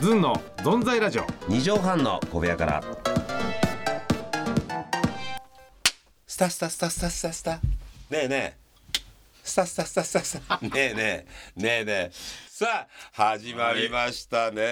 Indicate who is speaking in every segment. Speaker 1: ずんのぞんざいラジオ
Speaker 2: 二畳半の小部屋からスタスタスタスタスタスタねえねえスタスタスタスタスタねえねえねえねえさあ始まりましたね、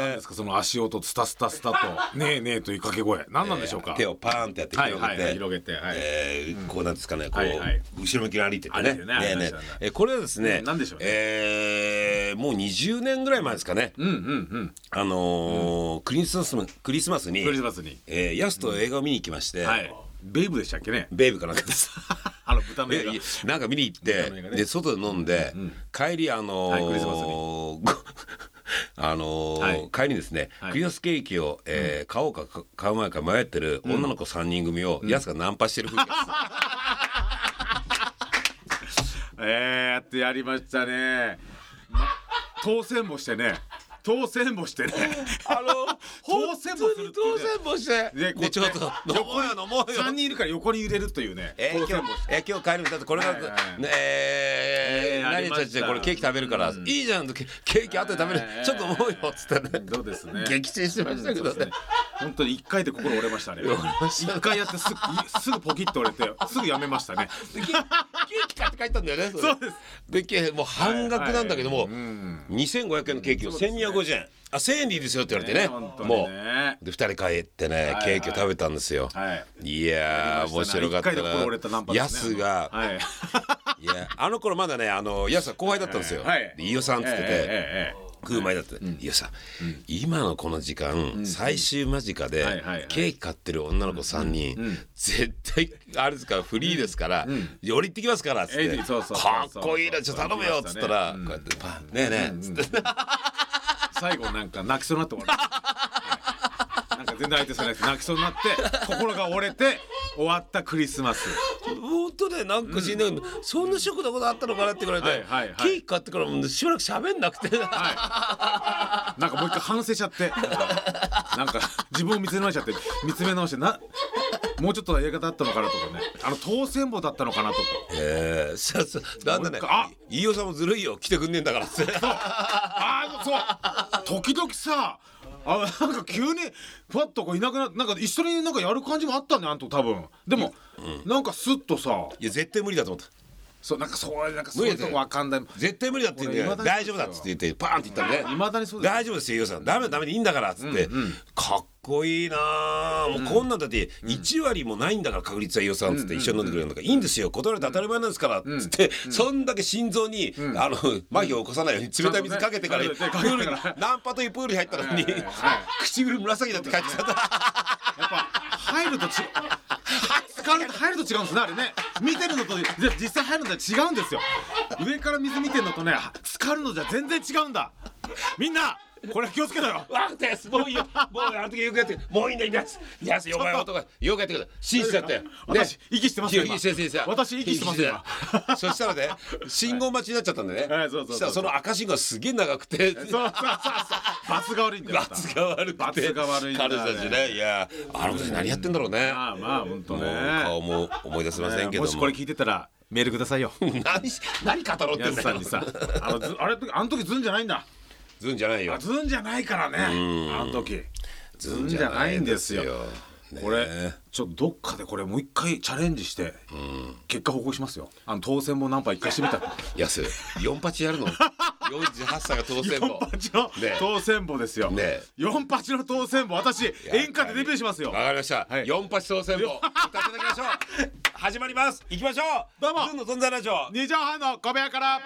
Speaker 1: 何ですかその足音スタスタスタと ねえねえという掛け声何なんでしょうか、
Speaker 2: 手をパーンってやって
Speaker 1: はい
Speaker 2: 広
Speaker 1: は
Speaker 2: げて、
Speaker 1: いはい広げてはい、
Speaker 2: えーこうなんですかね、こう、
Speaker 1: はいはい
Speaker 2: 後ろ向きに歩いてって
Speaker 1: 歩い
Speaker 2: ね。
Speaker 1: てるね
Speaker 2: え
Speaker 1: ありま
Speaker 2: ね
Speaker 1: したね
Speaker 2: えーこれはですね、
Speaker 1: うんなんでしょうね
Speaker 2: えーもう20年ぐらい前ですかね、
Speaker 1: うんうんうん
Speaker 2: あのークリスマスのクリスマスに
Speaker 1: クリスマスに
Speaker 2: えー、ヤスと映画を見に行きまして、
Speaker 1: はいベイブでしたっけね
Speaker 2: ベイブかなんかです。
Speaker 1: あの豚の
Speaker 2: で
Speaker 1: 映画
Speaker 2: いなんか見に行って、
Speaker 1: ね
Speaker 2: で外で飲んで、帰りあのー
Speaker 1: はいクリスマスに
Speaker 2: ご あのー
Speaker 1: はい
Speaker 2: 帰りにですね、
Speaker 1: はい
Speaker 2: クリスマスケーキを、えー買おうかか買う前か迷ってる女の子3人組を、ヤスがナンパして る風景です
Speaker 1: えー、やってやりましたね、ま当選もしてね当選もしてね
Speaker 2: あの、
Speaker 1: 当選もするっていうね
Speaker 2: もして
Speaker 1: ねこうやって
Speaker 2: ちょっと、飲もうよ、飲もうよ。
Speaker 1: 3人いるから横に揺れるというね
Speaker 2: えー、
Speaker 1: 当
Speaker 2: 今日
Speaker 1: 選もして、
Speaker 2: えー、今日帰るんだって、これが、
Speaker 1: はいはい
Speaker 2: ねえ
Speaker 1: えー
Speaker 2: ー、
Speaker 1: あり
Speaker 2: 何
Speaker 1: ま
Speaker 2: ちゃ
Speaker 1: し
Speaker 2: ったちゃこれケーキ食べるから、いいじゃん、ケケーキ後で食べる、
Speaker 1: えー
Speaker 2: ちょっと飲もうよ、つってね。
Speaker 1: そうですね
Speaker 2: 撃沈してましたけ
Speaker 1: そうで
Speaker 2: ど
Speaker 1: すね
Speaker 2: ね。
Speaker 1: 本当に一回で心折れましたね一回やってすぐすぐポキッと折れてすぐやめましたね
Speaker 2: でケーキケーキ買って帰ったんだよね。そ
Speaker 1: そうです
Speaker 2: で。ケーキもう半額なんだけども、2500円のケーキを1250円。あ、1000円でいいですよって言われてね。
Speaker 1: 本当に
Speaker 2: もう。
Speaker 1: ね
Speaker 2: で、2人帰ってね
Speaker 1: は、い
Speaker 2: ケーキを食べたんですよ。
Speaker 1: はい
Speaker 2: いや
Speaker 1: や
Speaker 2: ー
Speaker 1: り
Speaker 2: 面
Speaker 1: ましたね
Speaker 2: 白かった
Speaker 1: 一回で心折れたナン
Speaker 2: な。
Speaker 1: パで
Speaker 2: ヤ
Speaker 1: す
Speaker 2: ス
Speaker 1: ね
Speaker 2: が、
Speaker 1: はい
Speaker 2: いやあの頃まだねあのヤスは後輩だったんですよ。
Speaker 1: はい
Speaker 2: で飯尾さんっつって
Speaker 1: ええ
Speaker 2: て、
Speaker 1: ええええ
Speaker 2: 食う前だって、飯尾さん、今のこの時間、最終間近で、
Speaker 1: はいはいはい
Speaker 2: ケーキ買ってる女の子3人、絶対あれですからフリーですから、寄り行ってきますからっつって、
Speaker 1: ええそうそうそう
Speaker 2: かっこいいなちょっと頼むよっ
Speaker 1: そう
Speaker 2: つ
Speaker 1: そうそ
Speaker 2: った
Speaker 1: う
Speaker 2: ら、
Speaker 1: う
Speaker 2: こうやってパンねえねえっつって、
Speaker 1: 最後なんか泣きそうになって終わるはいなんか全然相手されなくて泣きそうになって心が折れて終わったクリスマス
Speaker 2: 本当ねなんか死んだけど、そんなショックなことあったのかなって言われて、
Speaker 1: はいはいはい
Speaker 2: ケーキ買ってからもうしばらく喋んなくて。
Speaker 1: はい。なんかもう一回反省しちゃって、なんかなんか自分を見つめ直しちゃって、見つめ直してな。もうちょっとやり方あったのかなとかね、あの当選簿だったのかなとか。
Speaker 2: ええささなんだね
Speaker 1: もう一回あ
Speaker 2: 飯尾さんもずるいよ来てくんねえんだからって
Speaker 1: ああ、そう。時々さ、あ、なんか急にパッとこういなくな、なんか一緒になんかやる感じもあったね、あんと多分。でも、なんかスッとさ、
Speaker 2: いや絶対無理だと思った
Speaker 1: そうなんかそうなんかそういうとこわかんない。
Speaker 2: 絶対無理だって言うんだ
Speaker 1: こ
Speaker 2: よ
Speaker 1: れ未だ
Speaker 2: 大
Speaker 1: に
Speaker 2: 丈
Speaker 1: そ
Speaker 2: 夫
Speaker 1: う
Speaker 2: だっつって言ってパーンって言ったらね
Speaker 1: いまだにそうです。
Speaker 2: 大丈夫ですよ飯尾さんダメダメでいいんだからっつって、かっこいいなあもうこんなんだって1割もないんだから確率は飯尾さんっつって一緒に飲んでくれるんだから、いいんですよ断られて当たり前なんですからっつって、そんだけ心臓に、あの麻痺を起こさないように冷たい水かけてから、
Speaker 1: ちゃんとね
Speaker 2: プールに
Speaker 1: かけてから
Speaker 2: ナンパというプールに入ったのに、
Speaker 1: はいはいはい
Speaker 2: 唇紫だって書いてた
Speaker 1: やっぱ入ると違う。疲れて入ると違うんですねあれね見てるのとじゃ実際入るのとは違うんですよ上から水見てるのとね浸かるのじゃ全然違うんだみんなこれ気をつけろよ
Speaker 2: 分かったやつもういいよもうあの時よくやってもういいんだいいんだやついやつよお前男よくやってくれ信じちゃったよ
Speaker 1: 私息してますよ
Speaker 2: いや
Speaker 1: 今
Speaker 2: いい先生さ
Speaker 1: 私息してますよ
Speaker 2: 息してたそしたらね信号待ちになっちゃったんで ね、
Speaker 1: はいそうそうそう
Speaker 2: したらその赤信号がすげえ長くて
Speaker 1: そうそうそうそう罰が悪いんだよ
Speaker 2: 罰が悪くて
Speaker 1: 罰が悪いんだね
Speaker 2: 彼女たちねいやあの時何やってんだろうね、
Speaker 1: まあまあ本当
Speaker 2: もう
Speaker 1: ね
Speaker 2: 顔も思い出せませんけども,、
Speaker 1: もしこれ聞いてたらメールくださいよ
Speaker 2: 何し何語ろうって
Speaker 1: や
Speaker 2: ん
Speaker 1: す
Speaker 2: だ
Speaker 1: さ
Speaker 2: よ
Speaker 1: んにさあのずあれあの時ずんじゃないんだ
Speaker 2: ずんじゃないよ
Speaker 1: あずんじゃないからねあの時ずんじ
Speaker 2: じ
Speaker 1: ゃないんですよ
Speaker 2: ね
Speaker 1: これちょっとどっかでこれもう一回チャレンジして結果報告しますよあの当選もナンパ一回してみた
Speaker 2: やす四八やるの48歳が当選
Speaker 1: 四
Speaker 2: も
Speaker 1: 八の
Speaker 2: ね
Speaker 1: 当選簿ですよ
Speaker 2: ね
Speaker 1: 四八の当選簿私演歌でデビューしますよ
Speaker 2: わかりました。
Speaker 1: はい
Speaker 2: 四八当選も歌っていただきましょう。始まります。行きましょう。
Speaker 1: どうも
Speaker 2: ずんの存在ラジオ。
Speaker 1: 二畳半の小部屋から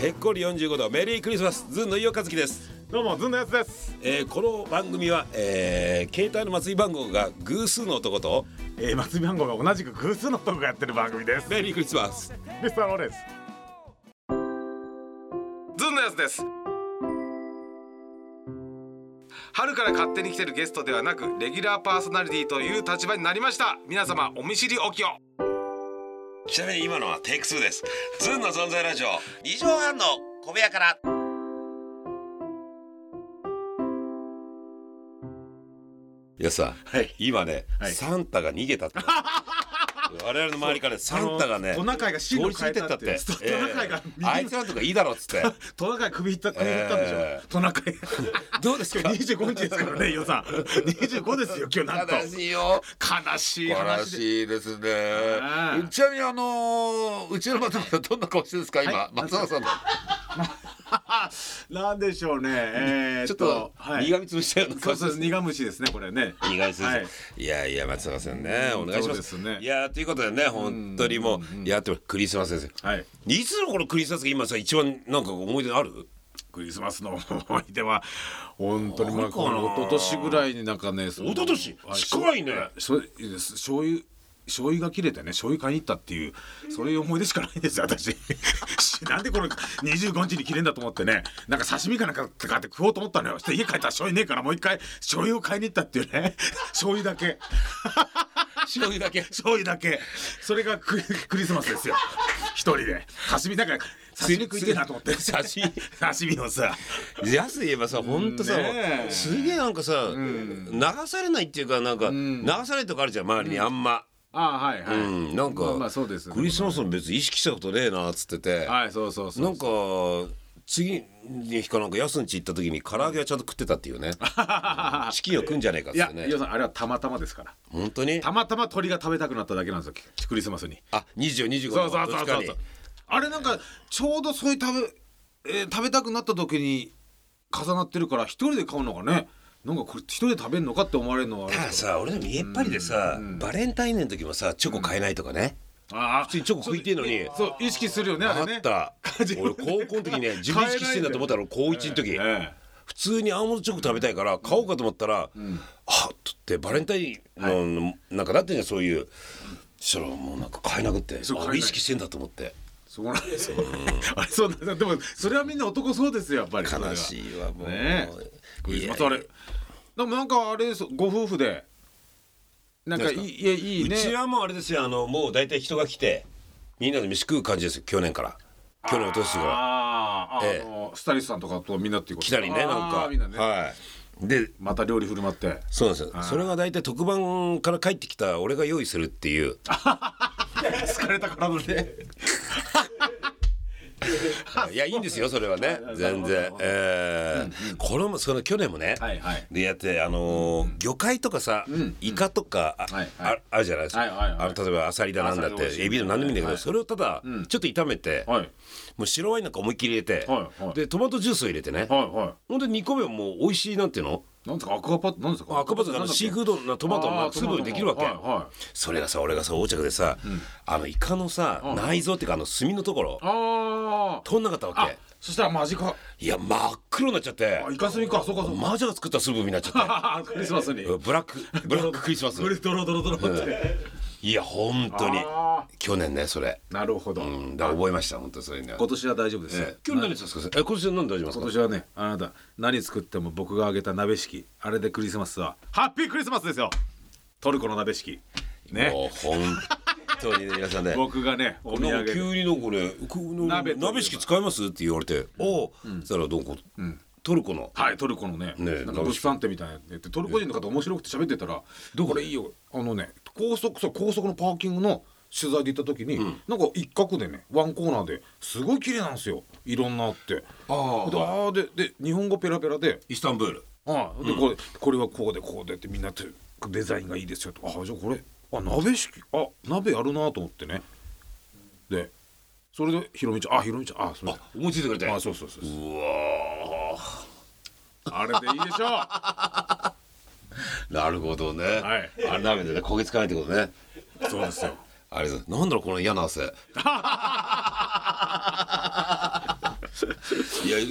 Speaker 2: てっこり四十五度メリークリスマスずんの飯尾和樹です。
Speaker 1: どうもずんのやつです
Speaker 2: えー、この番組は、えー、携帯の祭り番号が偶数の男と
Speaker 1: えー松見番号が同じく偶数の男がやってる番組です
Speaker 2: メリークリスマス。
Speaker 1: ミスターローレンスズンのやつです春から勝手に来てるゲストではなくレギュラーパーソナリティという立場になりました皆様お見知りおきを
Speaker 2: ちなみに今のはテイク2です。ずんの存在ラジオ二畳半の小部屋から。いやさ、
Speaker 1: はい
Speaker 2: 今ね、
Speaker 1: はい
Speaker 2: サンタが逃げ たって我々の周りからねサンタがね
Speaker 1: あのトナカイが
Speaker 2: 通
Speaker 1: 進路
Speaker 2: り過
Speaker 1: 変
Speaker 2: ぎ
Speaker 1: え
Speaker 2: て
Speaker 1: た
Speaker 2: っ
Speaker 1: った
Speaker 2: ってて
Speaker 1: そう
Speaker 2: え
Speaker 1: ト
Speaker 2: え
Speaker 1: ナカイが
Speaker 2: あいつらとかいいだろっつって
Speaker 1: トナカイ首ひった首振ったんでしょ、
Speaker 2: えー
Speaker 1: トナカイ
Speaker 2: どうですか
Speaker 1: 今日25日ですからね伊代さん25ですよ今日なんと
Speaker 2: 悲しいよ
Speaker 1: 悲しい
Speaker 2: 悲
Speaker 1: 話で
Speaker 2: しいですね
Speaker 1: うん
Speaker 2: ちなみにあのーうちの松永さんどんな顔してるんですか今、
Speaker 1: はい
Speaker 2: 松永さんの
Speaker 1: なんでしょうねえー
Speaker 2: ちょっと
Speaker 1: はい
Speaker 2: 苦みつぶしたような
Speaker 1: そ
Speaker 2: 顔
Speaker 1: う
Speaker 2: してる
Speaker 1: そう苦虫ですねこれね
Speaker 2: 意外する、
Speaker 1: はい
Speaker 2: い、やいや松永さんねお願い
Speaker 1: そ
Speaker 2: し
Speaker 1: う
Speaker 2: ま
Speaker 1: ですすね
Speaker 2: いやということでね本当にもうやってもクリスマスですよ
Speaker 1: はい
Speaker 2: いつの頃クリスマスが今さ一番なんか思い出ある
Speaker 1: クリスマスの思い出は本当にま
Speaker 2: あ
Speaker 1: あ
Speaker 2: るか
Speaker 1: こ
Speaker 2: な
Speaker 1: の一昨年ぐらいになんかね一
Speaker 2: 一昨年近いね
Speaker 1: そうです醤油醤油が切れてね醤油買いに行ったっていうそういう思い出しかないんですよ私 なんでこれ25日に切れんだと思ってねなんか刺身かなんか買って食おうと思ったのよそして家帰ったら醤油ねえからもう一回醤油を買いに行ったっていうね 醤油だけ
Speaker 2: 醤油だ け
Speaker 1: 醤油だけそれがクリクリスマスですよ一人で刺身なんか刺身食いてえなと思 って
Speaker 2: 刺身
Speaker 1: 刺身をさ
Speaker 2: 安言えばさ本当さ、
Speaker 1: ねえ
Speaker 2: すげえなんかさ、流されないっていうかなんか、流されるとかあるじゃん周りにあんま、
Speaker 1: ああはいはい、
Speaker 2: うんなんか、
Speaker 1: まあまあそうですね
Speaker 2: クリスマスも別に意識したことねえなっつってて、
Speaker 1: はいそうそうそう
Speaker 2: なんか次の日かなんか安んち行った時に唐揚げはちゃんと食ってたっていう ね、チキンを食うんじゃねえかっ
Speaker 1: い
Speaker 2: つっ
Speaker 1: や
Speaker 2: て
Speaker 1: 伊
Speaker 2: ね
Speaker 1: 代さんあれはたまたまですから
Speaker 2: 本当に
Speaker 1: たまたま鳥が食べたくなっただけなんですよクリスマスに
Speaker 2: あ二十四二十五
Speaker 1: そうそうそうそうあれなんかちょうどそういう食べ、えー食べたくなった時に重なってるから一人で買うのがねなんかこれ一人で食べるのかって思われるのはあ
Speaker 2: だ
Speaker 1: れ
Speaker 2: からさ俺の見えっ張りでさ、バレンタインデーの時もさチョコ買えないとかね、
Speaker 1: ああ
Speaker 2: 普通にチョコ食いてえのに
Speaker 1: そう意識するよねあ
Speaker 2: あ
Speaker 1: れね
Speaker 2: った俺高校の時ね自分意識してんだと思ったら高1の時、
Speaker 1: え
Speaker 2: 普通にアーモンドチョコ食べたいから買おうかと思ったら、あっとってバレンタインの、なんかなってんじゃんそういうそしたらもうなんか買えなくて
Speaker 1: そう買え
Speaker 2: あ
Speaker 1: ない
Speaker 2: 俺意識してんだと思って
Speaker 1: えそうなんですよ あれそうなんだでもそれはみんな男そうですよやっぱり
Speaker 2: 悲しいわもう、
Speaker 1: ねえクリスマスあれでもなんかあれですご夫婦でなんかいいいやいいうね
Speaker 2: ちはもうあれですよあのもう大体人が来てみんなで飯食う感じですよ去年から去年おとしから
Speaker 1: あーあ、
Speaker 2: ええ
Speaker 1: あのスタイリストさんとかとみんなっていうこと
Speaker 2: 来たりねなん
Speaker 1: あ
Speaker 2: か
Speaker 1: ーみんなね、
Speaker 2: はいで
Speaker 1: また料理振る舞って
Speaker 2: そうなんですよそれが大体特番から帰ってきた俺が用意するっていう
Speaker 1: 疲れたからのね
Speaker 2: いやいいんですよそれはね
Speaker 1: はい
Speaker 2: 全
Speaker 1: なる
Speaker 2: 然
Speaker 1: ほど、
Speaker 2: えーこれもその去年もね、
Speaker 1: はいはい
Speaker 2: でやってあのー魚介とかさ、イカとかあ,あ、
Speaker 1: はいはい
Speaker 2: あるじゃないですか、
Speaker 1: はいはいはい
Speaker 2: あの例えばアサリだなんだっ
Speaker 1: アサリ美
Speaker 2: て
Speaker 1: 味しいね
Speaker 2: エビでも何でもいいんだけど、
Speaker 1: はい
Speaker 2: それをただちょっと炒めて、
Speaker 1: はい
Speaker 2: もう白ワインなんか思いっきり入れて、
Speaker 1: はいはい
Speaker 2: でトマトジュースを入れて
Speaker 1: はい
Speaker 2: ね、
Speaker 1: は
Speaker 2: ほんで2個目はもう美味しいなんていうの
Speaker 1: いなんですかアクアパッツなんですか
Speaker 2: 赤パスがシーフードのトマト
Speaker 1: あ
Speaker 2: の
Speaker 1: ー
Speaker 2: 粒にできるわけ、
Speaker 1: はいはい
Speaker 2: それがさ俺がさ横着でさ、あのイカのさ内臓っていうかあの炭のところ
Speaker 1: あ
Speaker 2: 取んなかった
Speaker 1: あ
Speaker 2: わ
Speaker 1: あ
Speaker 2: け
Speaker 1: そしたらマジか
Speaker 2: いや真っ黒になっちゃって
Speaker 1: あイカスミかそうかそうか
Speaker 2: マジが作ったスープになっちゃっ
Speaker 1: あー クリスマスに
Speaker 2: てブラック ブラッククリスマス
Speaker 1: これドロドロドロって
Speaker 2: いや本当に
Speaker 1: あ
Speaker 2: 去年ねそれ
Speaker 1: なるほど、
Speaker 2: うんだから覚えました本当それね
Speaker 1: 今年は大丈夫です、
Speaker 2: ええ今日何ですかえ今年は何大丈夫
Speaker 1: 今
Speaker 2: ですか
Speaker 1: 年はねあなた何作っても僕があげた鍋敷きあれでクリスマスはハッピークリスマスですよトルコの鍋敷きね
Speaker 2: もう本当にね皆さ んね
Speaker 1: 僕がねお土
Speaker 2: なん
Speaker 1: 産で
Speaker 2: か急になんかねく
Speaker 1: 鍋といえ
Speaker 2: 鍋
Speaker 1: ば
Speaker 2: 鍋敷き使いますって言われておおそしたらどこトルコの
Speaker 1: はいトルコのね
Speaker 2: ね
Speaker 1: なんか物産展みたいなやつでトルコ人の方面白くて喋ってたら「どこれいいよあのね高速そう高速のパーキングの取材で行った時に、なんか一角でねワンコーナーですごい綺麗なんですよいろんなあって
Speaker 2: ああ
Speaker 1: であーでで日本語ペラペラで
Speaker 2: イスタンブール
Speaker 1: ああでこれこれはこうでこうでってみんなてデザインがいいですよとああじゃあこれあ鍋式あ鍋やるなと思ってねでそれでひろみちゃんあひろみちゃんあそれあ
Speaker 2: 思いついてくれて
Speaker 1: あそうそうそうそう
Speaker 2: うわー
Speaker 1: あれでいいでしょう
Speaker 2: なるほどね
Speaker 1: はい
Speaker 2: あれ鍋でね焦げつかないってことね
Speaker 1: そうですよ
Speaker 2: あれだなんだろうこの嫌な 汗いや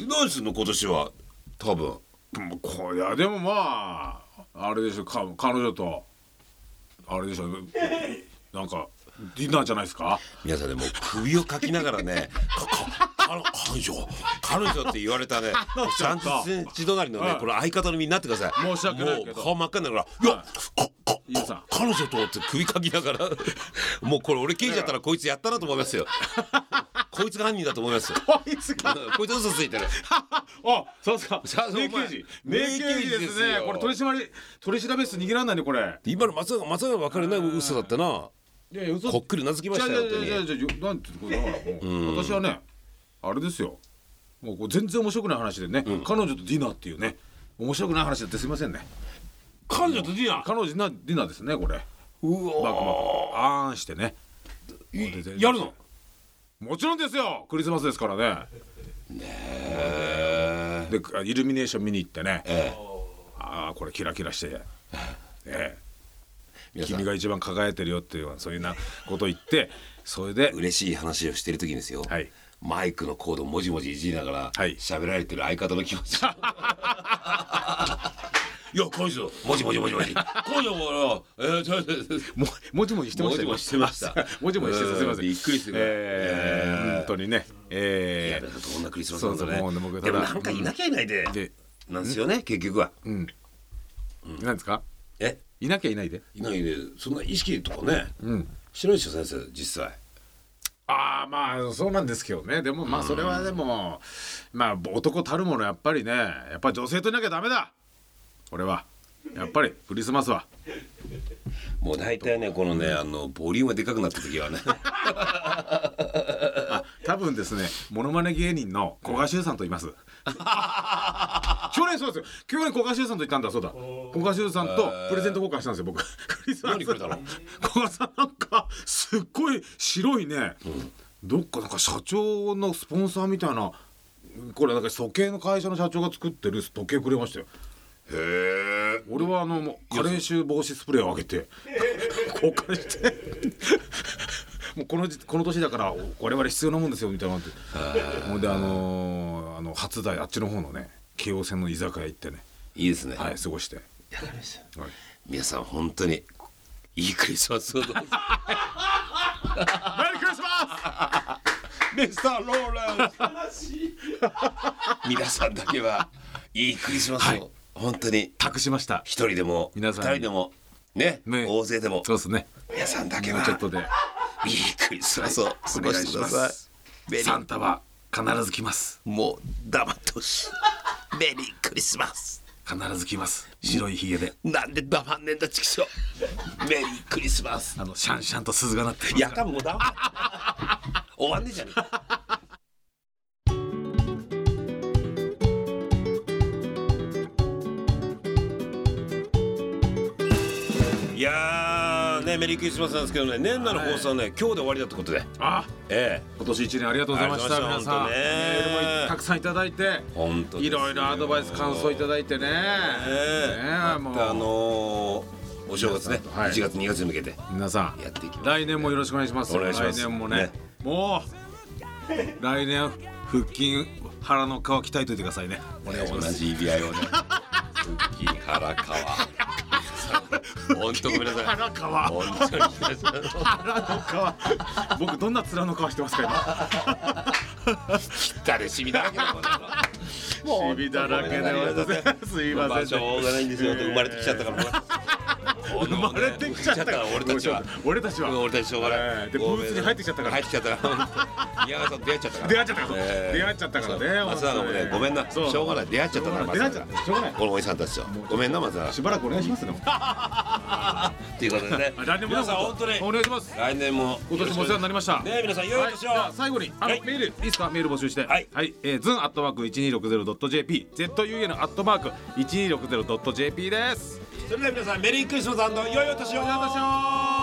Speaker 2: 何すんの今年は多分
Speaker 1: もうこいやでもまああれでしょか彼女とあれでしょなんかディナーじゃないですか
Speaker 2: 皆さんでもう首をかきながらね「かか彼彼女彼女」って言われたね
Speaker 1: 女と
Speaker 2: 3センチ隣の
Speaker 1: は
Speaker 2: ね
Speaker 1: い
Speaker 2: これ相方のみんなってください
Speaker 1: 申し訳ないけど
Speaker 2: もう顔真っ赤になるから「いや
Speaker 1: は
Speaker 2: かか
Speaker 1: いやさ
Speaker 2: 彼女と」って首かきながらもうこれ俺聞いちゃったらこいつやったなと思いますよこいつが犯人だと思いますよ
Speaker 1: こいつが
Speaker 2: うんこいつ嘘ついてる
Speaker 1: あ、そうですか
Speaker 2: さ。すが
Speaker 1: 名
Speaker 2: お
Speaker 1: 刑
Speaker 2: 前
Speaker 1: 事。名刑事
Speaker 2: 名刑事で
Speaker 1: ですす
Speaker 2: よ
Speaker 1: ね。これ取り締まり、取り調べ室逃げられないね、これ。
Speaker 2: 今の松永松永分かるな嘘だったない
Speaker 1: やいや、嘘
Speaker 2: こっくりうなずきましたよ
Speaker 1: いやいやいやいやいやなんてことだからもう私はねあれですよもうこう全然面白くない話でね、彼女とディナーっていうね面白くない話だってすいませんね
Speaker 2: 彼女とディナー
Speaker 1: 彼女なディナーですねこれバ
Speaker 2: う
Speaker 1: ックバ
Speaker 2: わ
Speaker 1: ックあーんしてね
Speaker 2: ーやるの
Speaker 1: もちろんですよクリスマスですからね
Speaker 2: え
Speaker 1: であイルミネーション見に行ってね、ああこれキラキラして、ねえ
Speaker 2: 皆さ
Speaker 1: 君
Speaker 2: ん
Speaker 1: が一番輝いてるよっていうようなそういうなこと言ってそれで
Speaker 2: 嬉しい話をしてる時にですよ
Speaker 1: はい
Speaker 2: マイクのコードをもじもじいじりながら
Speaker 1: はい
Speaker 2: 喋られてる相方の気持ち いやこいつもじもじもじもじ今夜もえーちょちょちょ
Speaker 1: ももじもじしてましたよ
Speaker 2: もじもじしてました
Speaker 1: もじもじしてたすいません
Speaker 2: うんびっくりするぐらい
Speaker 1: えー
Speaker 2: えー
Speaker 1: 本当にね
Speaker 2: いや
Speaker 1: え
Speaker 2: だ
Speaker 1: ー
Speaker 2: からどんなクリスマスなんだ
Speaker 1: そう
Speaker 2: ね
Speaker 1: そうもうね僕
Speaker 2: でも
Speaker 1: ただ
Speaker 2: なんかいなきゃいないで
Speaker 1: で
Speaker 2: なんですよね結局は
Speaker 1: うん、なんですか
Speaker 2: え
Speaker 1: いなきゃいないで
Speaker 2: いないでそんな意識とかね
Speaker 1: うん
Speaker 2: してないでしょ先生実際
Speaker 1: ああまあそうなんですけどねでもまあそれはでも、まあ男たるものやっぱりねやっぱ女性といなきゃダメだ俺はやっぱりクリスマスは
Speaker 2: もう大体ねこのねあのボリュームがでかくなった時はね
Speaker 1: 多分ですねモノマネ芸人の古賀修さんと言い ます去年そうですよ去年古賀修さんと行ったんだそうだ古賀修さんとプレゼント交換したんですよ僕クリスマス
Speaker 2: 何くれ たの
Speaker 1: 古賀さんなんかすっごい白いね、どっかなんか社長のスポンサーみたいなこれなんか時計の会社の社長が作ってる時計くれましたよ
Speaker 2: へえ
Speaker 1: 俺はあのもう加齢臭防止スプレーをあげて 交換して もうこのじこの年だから我々必要なもんですよみたいなのあってほんであのーあの初代あっちの方のね京王線の居酒屋行ってね
Speaker 2: いいですね
Speaker 1: はい過ごして、
Speaker 2: わかりました
Speaker 1: はい
Speaker 2: 皆さん本当にいいクリスマスをどうぞ
Speaker 1: メリークリスマ
Speaker 2: ミスターローラン皆さんだけはいいクリスマスを、
Speaker 1: はい
Speaker 2: 本当に
Speaker 1: ス託しました
Speaker 2: 一人でも二
Speaker 1: 皆さん
Speaker 2: 人でもね
Speaker 1: ね
Speaker 2: 大勢でも
Speaker 1: そうですね
Speaker 2: 皆さんだけ
Speaker 1: も
Speaker 2: は
Speaker 1: うちょっとで
Speaker 2: いいクリスマスを過ごしてくだ
Speaker 1: お願い
Speaker 2: さ
Speaker 1: しま
Speaker 2: いメリー
Speaker 1: サンタは必ず来ます
Speaker 2: もう黙ってほしいメリークリスマス
Speaker 1: 必ず来ます白いひげで
Speaker 2: なんで黙んねんだちくしょうメリークリスマス
Speaker 1: あのシャンシャンと鈴が鳴って
Speaker 2: やかんもう黙れ終わんねえじゃねえかいやーねメリークリスマスなんですけどね年内の放送はね、今日で終わりだってことで
Speaker 1: あ
Speaker 2: え
Speaker 1: 今年一年ありがとうございました
Speaker 2: ありがとう
Speaker 1: 皆
Speaker 2: ござい
Speaker 1: さ
Speaker 2: ま
Speaker 1: ん
Speaker 2: し
Speaker 1: メ
Speaker 2: た本当ね
Speaker 1: ールもたくさんいただいて
Speaker 2: え本当です
Speaker 1: い
Speaker 2: よ
Speaker 1: ろいろアドバイス感想いただいてね。ね
Speaker 2: ええ
Speaker 1: えも
Speaker 2: またあ
Speaker 1: う
Speaker 2: のーお正月ね、
Speaker 1: はい
Speaker 2: 1月2月に向けて
Speaker 1: 皆さ
Speaker 2: やっていき
Speaker 1: ん
Speaker 2: ます
Speaker 1: 来年もよろしくお願いします。
Speaker 2: お願いします
Speaker 1: 来年もね
Speaker 2: ね
Speaker 1: もう来年腹筋腹の皮鍛えといてくださいね。お願いし
Speaker 2: 同
Speaker 1: ます。
Speaker 2: じ指輪をね浮き原川本当ごめんなさい
Speaker 1: 腹皮
Speaker 2: 本当に
Speaker 1: 腹の皮僕どんな面の皮してますか
Speaker 2: 誰しみだらけだもんな
Speaker 1: 今。シビだらけでございます。すいま
Speaker 2: 場
Speaker 1: せんね。
Speaker 2: 所がないんですよ生まれてきちゃったから
Speaker 1: 生まれてきちゃったから
Speaker 2: 俺たちは
Speaker 1: 俺たちは
Speaker 2: 俺たちしょうがな
Speaker 1: ええ
Speaker 2: い
Speaker 1: でブーツに入ってきちゃったから
Speaker 2: 入ってきちゃったから宮川さんと出会っちゃったから
Speaker 1: 出会っちゃったから
Speaker 2: ええ
Speaker 1: 出会っちゃったからね
Speaker 2: そう松永も
Speaker 1: 本当
Speaker 2: ね
Speaker 1: に
Speaker 2: ごめんなし
Speaker 1: そう
Speaker 2: ょうがない出会っちゃったから
Speaker 1: 出会っちゃったしょうがない
Speaker 2: このおじさんたちとごめんな松永
Speaker 1: しばらくお願いしますね。
Speaker 2: っていうことでね
Speaker 1: 来年もど
Speaker 2: 皆
Speaker 1: う
Speaker 2: さん
Speaker 1: ぞ
Speaker 2: 本当に
Speaker 1: お願いします。
Speaker 2: 来年も
Speaker 1: 今年もお世話になりました。
Speaker 2: ね皆さん良いお年を
Speaker 1: はじゃあ最後にあの、
Speaker 2: はい
Speaker 1: メールいいですかメール募集して
Speaker 2: はい
Speaker 1: えー、ズンアットマーク一二六ゼロドット jp zun アットマーク一二六ゼロドット jp です。
Speaker 2: それでは皆さんメリークリスマス良いお年を
Speaker 1: お願いいたします。